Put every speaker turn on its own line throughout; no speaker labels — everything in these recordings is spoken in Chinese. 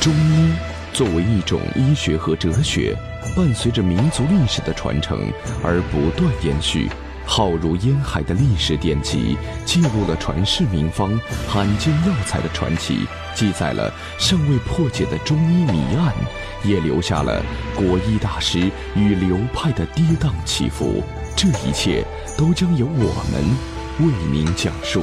中医作为一种医学和哲学，伴随着民族历史的传承而不断延续，浩如烟海的历史典籍记录了传世名方、罕见药材的传奇，记载了尚未破解的中医谜案，也留下了国医大师与流派的跌宕起伏。这一切都将由我们为您讲述。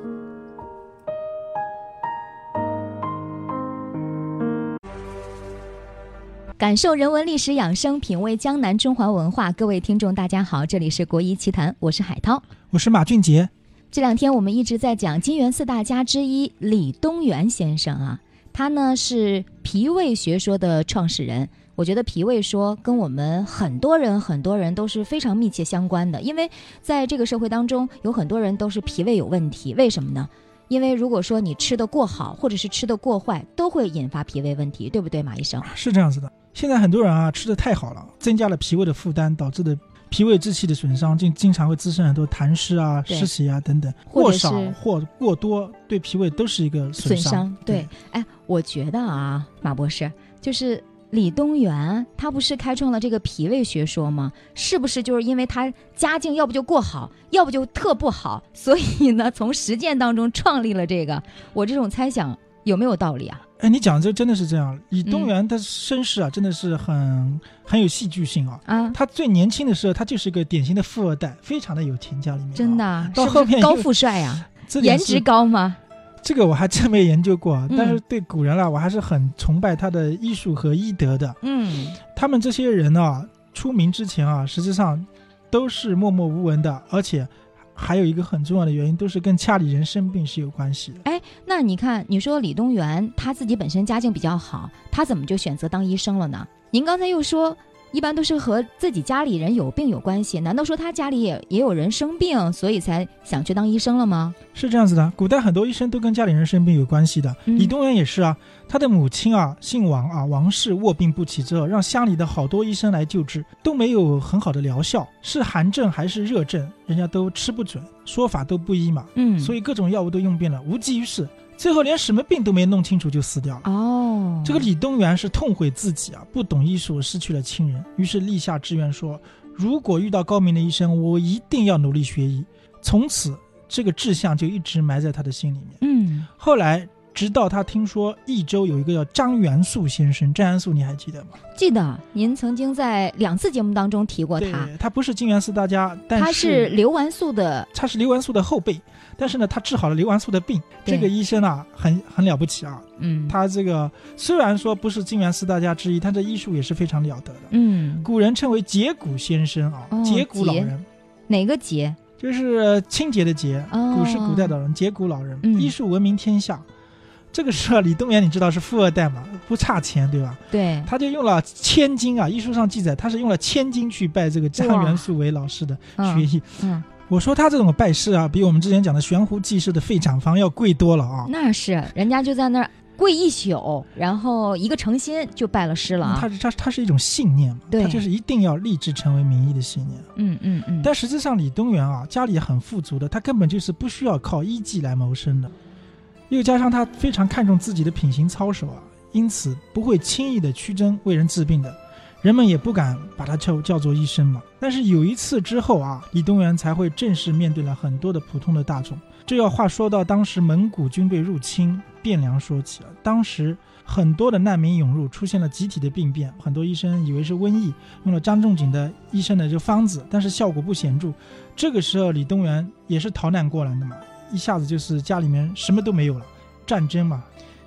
感受人文历史养生，品味江南中华文化。各位听众，大家好，这里是国医奇谈，我是海涛。
我是马俊杰。
这两天我们一直在讲金元四大家之一李东垣先生啊，他呢是脾胃学说的创始人。我觉得脾胃说跟我们很多人很多人都是非常密切相关的，因为在这个社会当中，有很多人都是脾胃有问题。为什么呢？因为如果说你吃的过好，或者是吃的过坏，都会引发脾胃问题，对不对，马医生？
是这样子的，现在很多人啊吃的太好了，增加了脾胃的负担，导致的脾胃之气的损伤，经经常会滋生很多痰湿啊、
对
湿气啊等等，
或
过
者是
少或过多对脾胃都是一个
损
伤。
伤。对，哎，我觉得啊，马博士，就是李东垣，他不是开创了这个脾胃学说吗？是不是就是因为他家境要不就过好，要不就特不好，所以呢，从实践当中创立了这个？我这种猜想有没有道理啊？
哎，你讲这真的是这样，李
嗯
东垣他身世啊真的是很很有戏剧性啊。
啊，
他最年轻的时候，他就是一个典型的富二代，非常的有钱，家里面啊、
真的啊，
到
是不
后
是
面
高
又
富帅 呀、
这
颜
点是
值高吗？
这个我还真没研究过啊
嗯，
但是对古人啊，我还是很崇拜他的艺术和医德的。
嗯，
他们这些人啊，出名之前啊，实际上都是默默无闻的，而且还有一个很重要的原因，都是跟家里人生病是有关系的。
那你看，你说李东垣他自己本身家境比较好，他怎么就选择当医生了呢？您刚才又说，一般都是和自己家里人有病有关系，难道说他家里也也有人生病，所以才想去当医生了吗？
是这样子的，古代很多医生都跟家里人生病有关系的。
嗯
李东垣也是啊，他的母亲啊姓王啊，王氏卧病不起之后，让乡里的好多医生来救治，都没有很好的疗效，是寒症还是热症，人家都吃不准，说法都不一嘛。
嗯，
所
以
以各种药物都用遍了，无济于事，最后连什么病都没弄清楚就死掉了。
哦，
这个李东垣是痛悔自己啊，不懂医术，失去了亲人，于是立下志愿说，如果遇到高明的医生，我一定要努力学医。从此，这个志向就一直埋在他的心里面。
嗯，
后来，直到他听说益州有一个叫张元素先生，张元素你还记得吗？
记得您曾经在两次节目当中提过
对
他，，
他不是金元四大家，但
他是刘完素的，
他是刘完素的后辈，但是呢，他治好了刘完素的病。
对
这个医生啊，很很了不起啊，
嗯，
他这个虽然说不是金元四大家之一，但这医术也是非常了得的。
嗯，
古人称为节骨先生啊
哦，
节骨老
节
人，
哪个节？
就是清洁的洁，
哦
古是古代的人，节骨老人，
嗯
医术闻名天下。这个时候，李东垣你知道是富二代嘛，不差钱，对吧？
对，
他就用了千金啊，医书上记载他是用了千金去拜这个
哇
张元素为老师的学
嗯
艺。
嗯，
我说他这种拜师啊，比我们之前讲的悬壶济世的费长方要贵多了啊。
那是人家就在那儿跪一宿，然后一个诚心就拜了师了
嗯
啊
它。是它它是一种信念嘛，
对
它就是一定要立志成为名医的信念。
嗯嗯嗯，
但实际上，李东垣啊，家里很富足的，他根本就是不需要靠医技来谋生的。又加上他非常看重自己的品行操守啊，因此不会轻易的屈针为人治病的，人们也不敢把他叫叫做医生嘛。但是有一次之后啊，李东垣才会正式面对了很多的普通的大众。这要话说到当时蒙古军队入侵汴梁说起啊，当时很多的难民涌入，出现了集体的病变，很多医生以为是瘟疫，用了张仲景的医生的这个方子，但是效果不显著。这个时候，李东垣也是逃难过来的嘛，一下子就是家里面什么都没有了，战争嘛。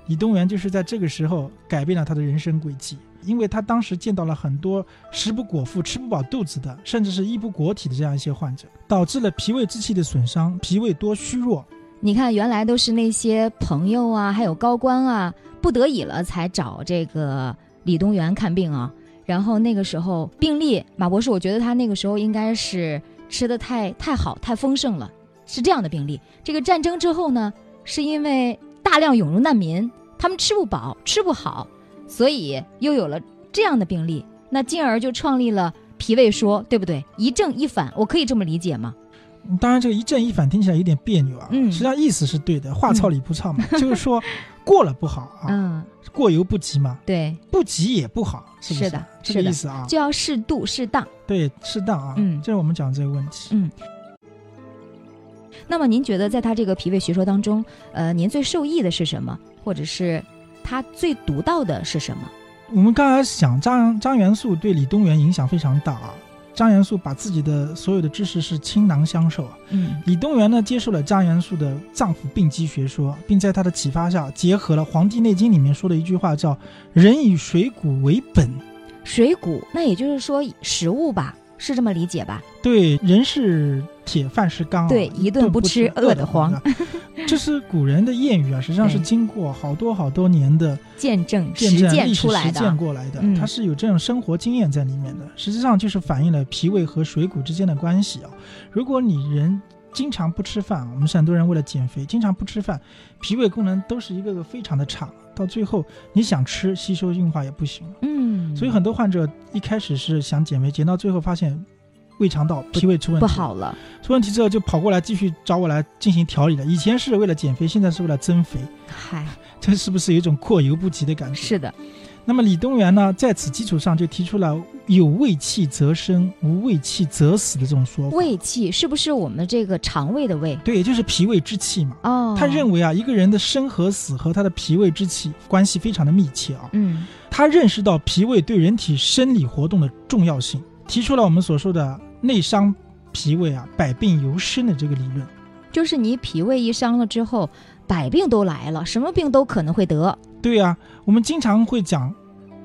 李东垣就是在这个时候改变了他的人生轨迹，因为他当时见到了很多食不果腹、吃不饱肚子的，甚至是衣不裹体的这样一些患者，导致了脾胃之气的损伤，脾胃多虚弱，
你看，原来都是那些朋友啊，还有高官啊，不得已了才找这个李东垣看病啊。然后那个时候病历，马博士，我觉得他那个时候应该是吃的太太好、太丰盛了，是这样的病例。这个战争之后呢，是因为大量涌入难民，他们吃不饱、吃不好，所以又有了这样的病例。那进而就创立了脾胃说，对不对？一正一反，我可以这么理解吗？
当然，这个一正一反听起来有点别扭啊，
嗯
实际上意思是对的，话糙理不糙 嘛，就是说过了不好啊，
嗯，
过犹不及嘛，
对，
不及也不好，是不
是的
这
是
个
的
意思啊，
就要适度、适当。
对，适当啊，
嗯
这是我们讲这个问题。
嗯那么您觉得在他这个脾胃学说当中，呃，您最受益的是什么，或者是他最独到的是什么？
我们刚才想张张元素对李东垣影响非常大啊，张元素把自己的所有的知识是倾囊相授啊，
嗯
李东垣呢接受了张元素的脏腑病机学说，并在他的启发下，结合了《黄帝内经》里面说的一句话，叫“人以水谷为本”，
水谷，那也就是说食物吧，是这么理解吧？
对，人是铁，饭是钢、啊。
对一顿不吃
饿
饿得慌
啊。这是古人的谚语啊，实际上是
对
经过好多好多年的
见证、
见
实
证、
践
历史
出来
实践
的。
过来的，
嗯
它是有这种生活经验在里面的。实际上就是反映了脾胃和水谷之间的关系啊。如果你人经常不吃饭，啊我们很多人为了减肥经常不吃饭，脾胃功能都是一个个非常的差，到最后你想吃吸收运化也不行了。
嗯，
所以很多患者一开始是想减肥，减到最后发现胃肠道、脾胃出问
不
题了
好了。
出问题之后就跑过来继续找我来进行调理了。以前是为了减肥，现在是为了增肥，
嗨，
这是不是有一种过犹不及的感觉？
是。的，
那么李东垣呢，在此基础上就提出了“有胃气则生，无胃气则死”的这种说法。
胃气是不是我们这个肠胃的胃？
对，也就是脾胃之气嘛。
哦，
他认
为，
为啊，一个人的生和死和他的脾胃之气关系非常的密切啊。
嗯
他认识到脾胃对人体生理活动的重要性，提出了我们所说的“内伤脾胃啊，百病由生”的这个理论。
就是你脾胃一伤了之后，百病都来了，什么病都可能会得。
对呀、我们经常会讲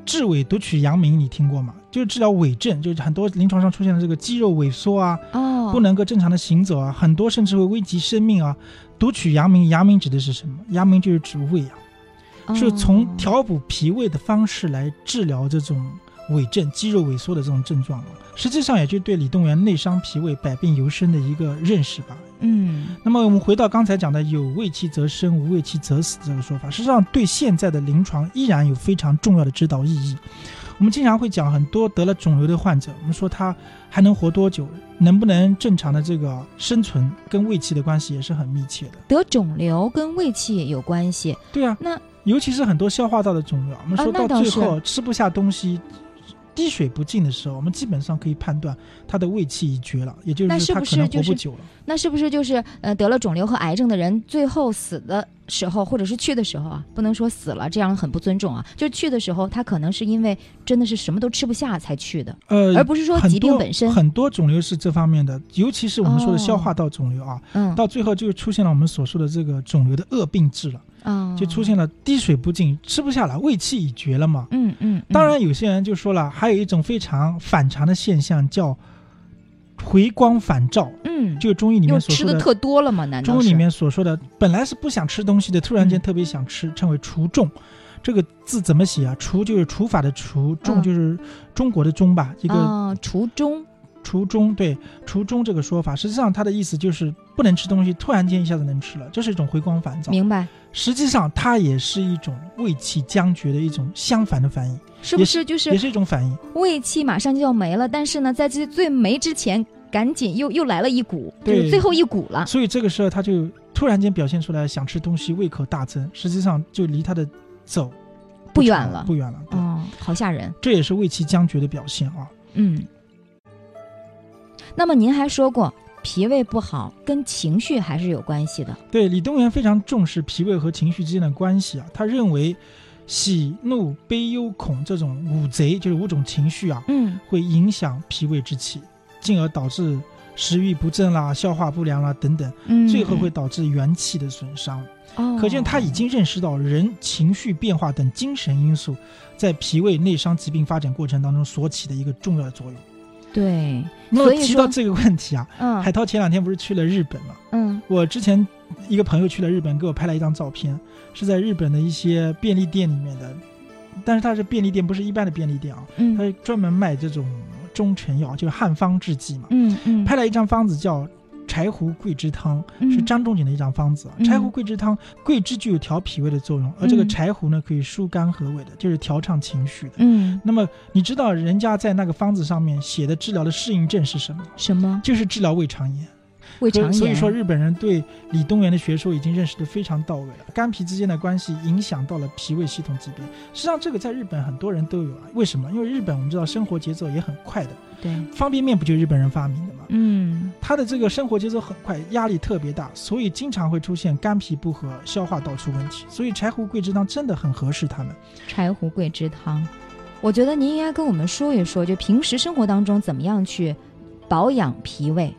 治伪读取阳明，你听过吗？就是治疗伪症，就是很多临床上出现的这个肌肉萎缩啊，
哦，
不能够正常的行走啊，很多甚至会危及生命啊。读取阳明，阳明指的是什么？阳明就是指胃啊，
哦
是从调补脾胃的方式来治疗这种伪症、肌肉萎缩的这种症状啊。实际上，也就对李动员内伤脾胃、百病由生的一个认识吧。
嗯
那么我们回到刚才讲的“有胃气则生，无胃气则死”这个说法，实际上对现在的临床依然有非常重要的指导意义。我们经常会讲，很多得了肿瘤的患者，我们说他还能活多久，能不能正常的这个生存，跟胃气的关系也是很密切的。
得肿瘤跟胃气有关系。
对啊，
那
尤其是很多消化道的肿瘤，我们说
啊那
到
倒
最
是
后、吃不下东西。滴水不进的时候，我们基本上可以判断他的胃气已绝了，也就
那
是
是
他
不
可
是
能活
就
不
是
久了。
那是不是就是呃得了肿瘤和癌症的人，最后死的时候，或者是去的时候啊，不能说死了，这样很不尊重啊。就是去的时候，他可能是因为真的是什么都吃不下才去的，
呃，
而不是说
很
疾病
多
本身。哦
很多肿瘤是这方面的，尤其是我们说的消化道肿瘤啊，
嗯
到最后就出现了我们所说的这个肿瘤的恶病质了，
嗯，
就出现了滴水不进，吃不下了，胃气已绝了嘛。
嗯嗯，嗯
当然，有些人就说了，还有一种非常反常的现象叫回光返照，
嗯，
就是中医里
又
面所
吃
说
的
的。
特多了嘛？难道
中
是
医里面所说的，本来是不想吃东西的，突然间
嗯
特别想吃，称为除重。这个字怎么写啊？除就是除法的除，重
嗯
就是中国的中吧，一个
啊，厨中
除中对除中这个说法，实际上它的意思就是不能吃东西，突然间一下子能吃了，这是一种回光返照。
明白
实际上，它也是一种胃气僵绝的一种相反的反应，
是不
也
是就是
也是一种反应。
胃气马上就要没了，但是呢，在这最没之前，赶紧又又来了一股，就
对
是最后一股了。
所以这个时候，他就突然间表现出来想吃东西，胃口大增，实际上就离他的走
不远
长
了
不远了。对，
哦，好吓人。
这也是胃气僵绝的表现啊。
嗯。那么您还说过，脾胃不好跟情绪还是有关系的。
对，李东垣非常重视脾胃和情绪之间的关系啊，他认为喜怒悲忧恐这种五贼，就是五种情绪啊，
嗯，
会影响脾胃之气，进而导致食欲不振啦、消化不良啦等等，
嗯
最后会导致元气的损伤。
哦，
可见他已经认识到人情绪变化等精神因素在脾胃内伤疾病发展过程当中所起的一个重要的作用。
对，
那
所
么
以
提到
说
这个问题啊，海
嗯
涛前两天不是去了日本嘛？
嗯
我之前一个朋友去了日本，给我拍了一张照片，是在日本的一些便利店里面的，但是它是便利店，不是一般的便利店啊，它
嗯
是专门卖这种中成药，就是汉方制剂嘛。
嗯嗯，
拍了一张方子叫柴胡桂枝汤，是
嗯
张仲景的一张方子。
嗯
柴胡桂枝汤，桂枝具有调脾胃的作用，而这个
嗯
柴胡呢，可以疏肝和胃的，就是调畅情绪的。
嗯
那么你知道人家在那个方子上面写的治疗的适应症是什么？
什么
就是治疗胃肠炎。
胃肠
所以
炎？
所以说，日本人对李东垣的学说已经认识的非常到位了。肝脾之间的关系影响到了脾胃系统疾病。实际上，这个在日本很多人都有啊。为什么？因为日本我们知道生活节奏也很快的，
对，
方便面不就是日本人发明的吗？
嗯
他的这个生活节奏很快，压力特别大，所以经常会出现肝脾不和、消化道出问题。所以柴胡桂枝汤真的很合适他们。
柴胡桂枝汤，我觉得您应该跟我们说一说，就平时生活当中怎么样去保养脾胃。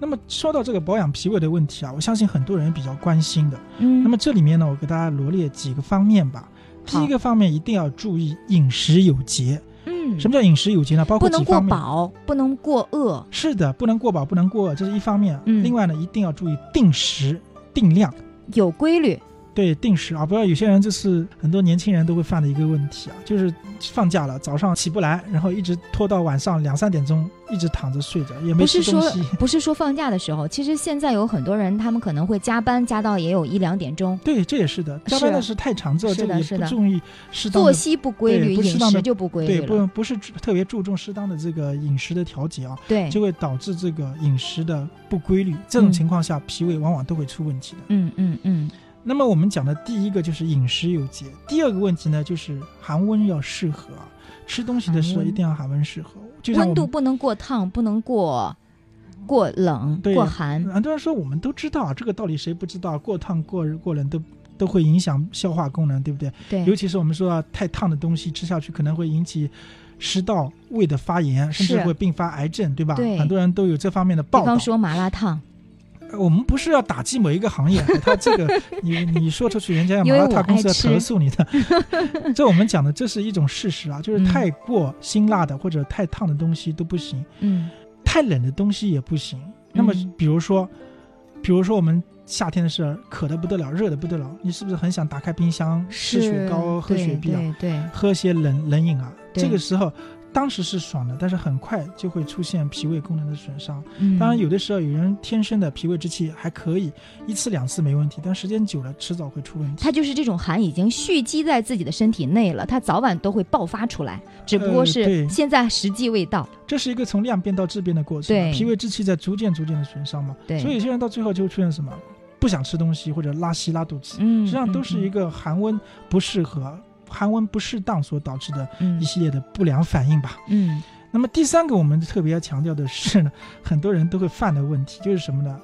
那么说到这个保养脾胃的问题啊，我相信很多人比较关心的。
嗯，
那么这里面呢，我给大家罗列几个方面吧。第一个方面一定要注意饮食有节。
嗯，
什么叫饮食有节呢？包
不
括
能
几
过
方面。
饱，不能过饿。
是的，不能过饱，不能过饿，这是一方面。
嗯
另外呢，一定要注意定时定量。
有规律，
对，定时啊，不要有些人就是很多年轻人都会犯的一个问题啊，就是放假了早上起不来，然后一直拖到晚上两三点钟，一直躺着睡着，也没
不是
吃
说
东西。
不是说放假的时候，其实现在有很多人，他们可能会加班加到也有一两点钟，
对，这也是的，加班的是太长，这
是
这
的
个也
是
不
的
注意适当
作
的，
息不规
对
律，
不适
饮
当
食
的
就不规律
对，不
了。
不是特别注重适当的这个饮食的调节啊，
对，
就会导致这个饮食的不规律。这种
嗯
情况下，脾胃往往都会出问题的。
嗯嗯嗯，
那么我们讲的第一个就是饮食有节，第二个问题呢就是寒温要适合啊，吃东西的时候
寒温
一定要寒温适合。就像我
温
们
度不能过烫，不能过过冷、
对
过
呀
寒。
很多人说我们都知道啊这个道理，谁不知道？过烫、过热、过冷都都会影响消化功能，对不对？
对，
尤其是我们说到太烫的东西吃下去，可能会引起食道、胃的发炎，甚至
是
会并发癌症，对吧？
对
很多人都有这方面的
比
报道
方。说麻辣烫，
呃我们不是要打击某一个行业，他 这个你你说出去，人家要
因为
麻辣
我
烫公
爱
司要
吃
投诉 你的。这我们讲的这是一种事实啊，就是
嗯
太过辛辣的或者太烫的东西都不行。
嗯
太冷的东西也不行。那么
嗯
比如说，比如说我们夏天的时候，渴的不得了，热的不得了，你是不是很想打开冰箱吃
是
雪糕、喝雪碧啊，
对对对，
喝些冷冷饮啊？
对
这个时候。当时是爽的，但是很快就会出现脾胃功能的损伤。
嗯
当然，有的时候有人天生的脾胃之气还可以，一次两次没问题，但时间久了迟早会出问题。
它就是这种寒已经蓄积在自己的身体内了，它早晚都会爆发出来，只不过
呃
是
对
现在时机未到。
这是一个从量变到质变的过程
对
嘛，脾胃之气在逐渐逐渐的损伤嘛。
对
所以有些人到最后就会出现什么不想吃东西或者拉稀拉肚子，
嗯，
实际上都是一
个
个寒温不适合、寒温不适当所导致的
嗯
一系列的不良反应吧。
嗯
那么第三个我们特别要强调的是呢， 很多人都会犯的问题就是什么呢？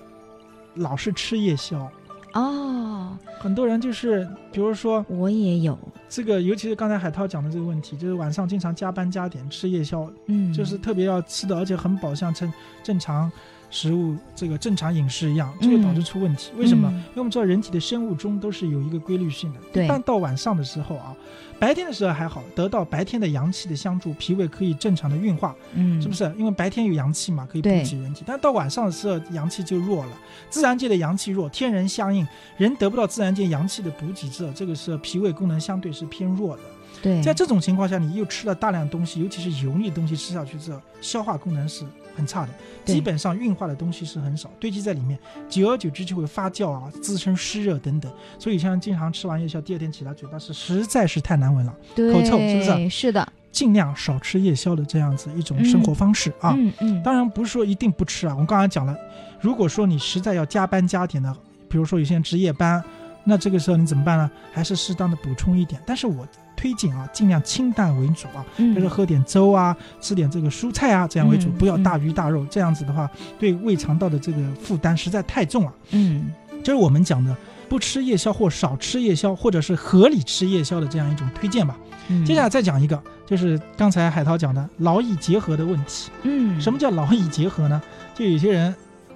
老是吃夜宵，
哦，
很多人就是，比如说
我也有，
这个，尤其是刚才海涛讲的这个问题，就是晚上经常加班加点吃夜宵，
嗯，
就是特别要吃的，而且很饱，像正正常食物这个正常饮食一样，就会导致出问题。为什么
嗯
呢？因为我们知道人体的生物钟都是有一个规律性的，
对
一般到晚上的时候啊，白天的时候还好，得到白天的阳气的相助，脾胃可以正常的运化，
嗯，
是不？是？因为白天有阳气嘛，可以补
对
给人体，但到晚上的时候阳气就弱了，自然界的阳气弱，天人相应，人得不到自然界阳气的补给之后，这个时候脾胃功能相对是偏弱的。
对，
在这种情况下，你又吃了大量东西，尤其是油腻的东西吃下去之后，消化功能是很差的，
对
基本上运化的东西是很少，堆积在里面，久而久之就会发酵啊，滋生湿热等等。所以像经常吃完夜宵，第二天起来嘴巴是实在是太难闻了，
对
口臭是不是
是的
尽量少吃夜宵的这样子一种生活方式啊。
嗯嗯，
当然不是说一定不吃啊，我刚才讲了，如果说你实在要加班加点的，比如说有些人值夜班，那这个时候你怎么办呢？还是适当的补充一点，但是我推荐啊，尽量清淡为主啊。
嗯
就是喝点粥啊，吃点这个蔬菜啊，这样为主，
嗯
不要大鱼大肉。这样子的话，对胃肠道的这个负担实在太重了。啊
嗯
这是我们讲的不吃夜宵或少吃夜宵，或者是合理吃夜宵的这样一种推荐吧。
嗯，
接下来再讲一个，就是刚才海涛讲的劳逸结合的问题。
嗯
什么叫劳逸结合呢？就有些人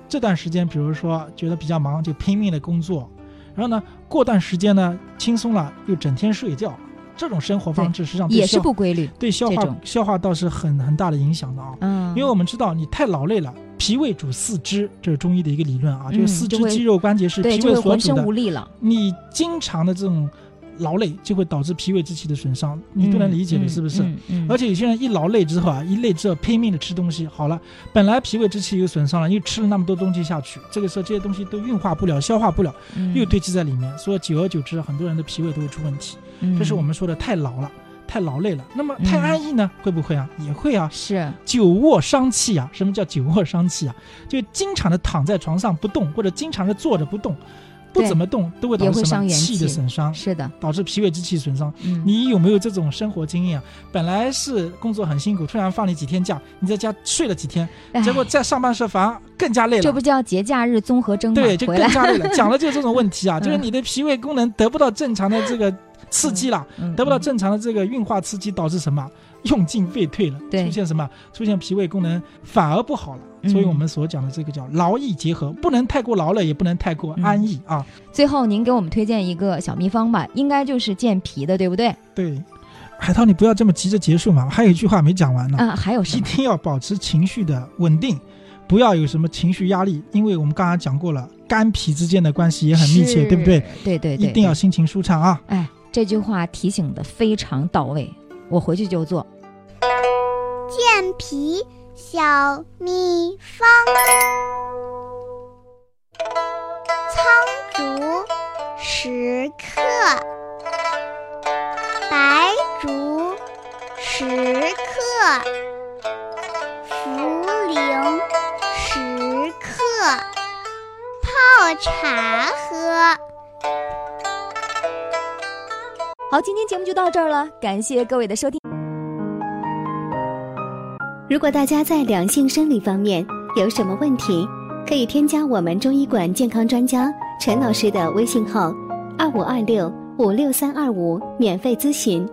这段时间，比如说觉得比较忙，就拼命的工作，然后呢，过段时间呢轻松了，又整天睡觉。这种生活方式实际上对
也是
消
不规律，
对消
这
化
种
消化道是很很大的影响的啊。
嗯，嗯，
因为我们知道你太劳累了，脾胃主四肢，这是中医的一个理论啊，
嗯
就是四肢
就会
肌肉关节是
对
脾
就会
胃所
浑
主
身
的
无。力了。
你经常的这种劳累，就会导致脾胃之气的损伤，你都能理解的，
嗯
是不是？？
嗯嗯，
而且有些人一劳累之后啊，一累之后拼命的吃东西，好了，本来脾胃之气又损伤了，又吃了那么多东西下去，这个时候这些东西都运化不了、消化不了，
嗯
又堆积在里面，所以久而久之，很多人的脾胃都会出问题。
嗯
这是我们说的太劳了。太劳累了，那么太安逸
嗯
呢？会不会啊？也会啊。
是
久卧伤气啊！什么叫久卧伤气啊？就经常的躺在床上不动，或者经常的坐着不动，不
对
怎么动，都会导
也会
致什
伤
么
元
气的
气
损伤，
是的，
导致脾胃之气损伤。
嗯，
你有没有这种生活经验啊？本来是工作很辛苦，突然放你几天假，你在家睡了几天，
哎
结果在上班时反而更加累
这不
了。
叫节假日综合征吗？
对，就
回
更
来，
加累了。讲的就是这种问题啊，
嗯
就是你的脾胃功能得不到正常的这个刺激了，
嗯
得不到
嗯
正常的这个运化刺激，导致什么？用进废退了，
对
出现什么？出现脾胃功能反而不好了。
嗯
所以我们所讲的这个叫劳逸结合，不能太过劳累，也不能太过安逸啊。
最后，您给我们推荐一个小秘方吧，应该就是健脾的，对不对？
对，海涛，你不要这么急着结束嘛，还有一句话没讲完呢。
啊，还有
一
什么？
定要保持情绪的稳定，不要有什么情绪压力，因为我们刚才讲过了，肝脾之间的关系也很密
是
切，对不对？？
对对对，
一定要心情舒畅啊！
哎，这句话提醒的非常到位，我回去就做。
健脾小秘方，苍术十克，白术十克，茯苓十克，泡茶喝。
好，今天节目就到这儿了，感谢各位的收听。
如果大家在两性生理方面有什么问题，可以添加我们中医馆健康专家陈老师的微信号：二五二六五六三二五，免费咨询。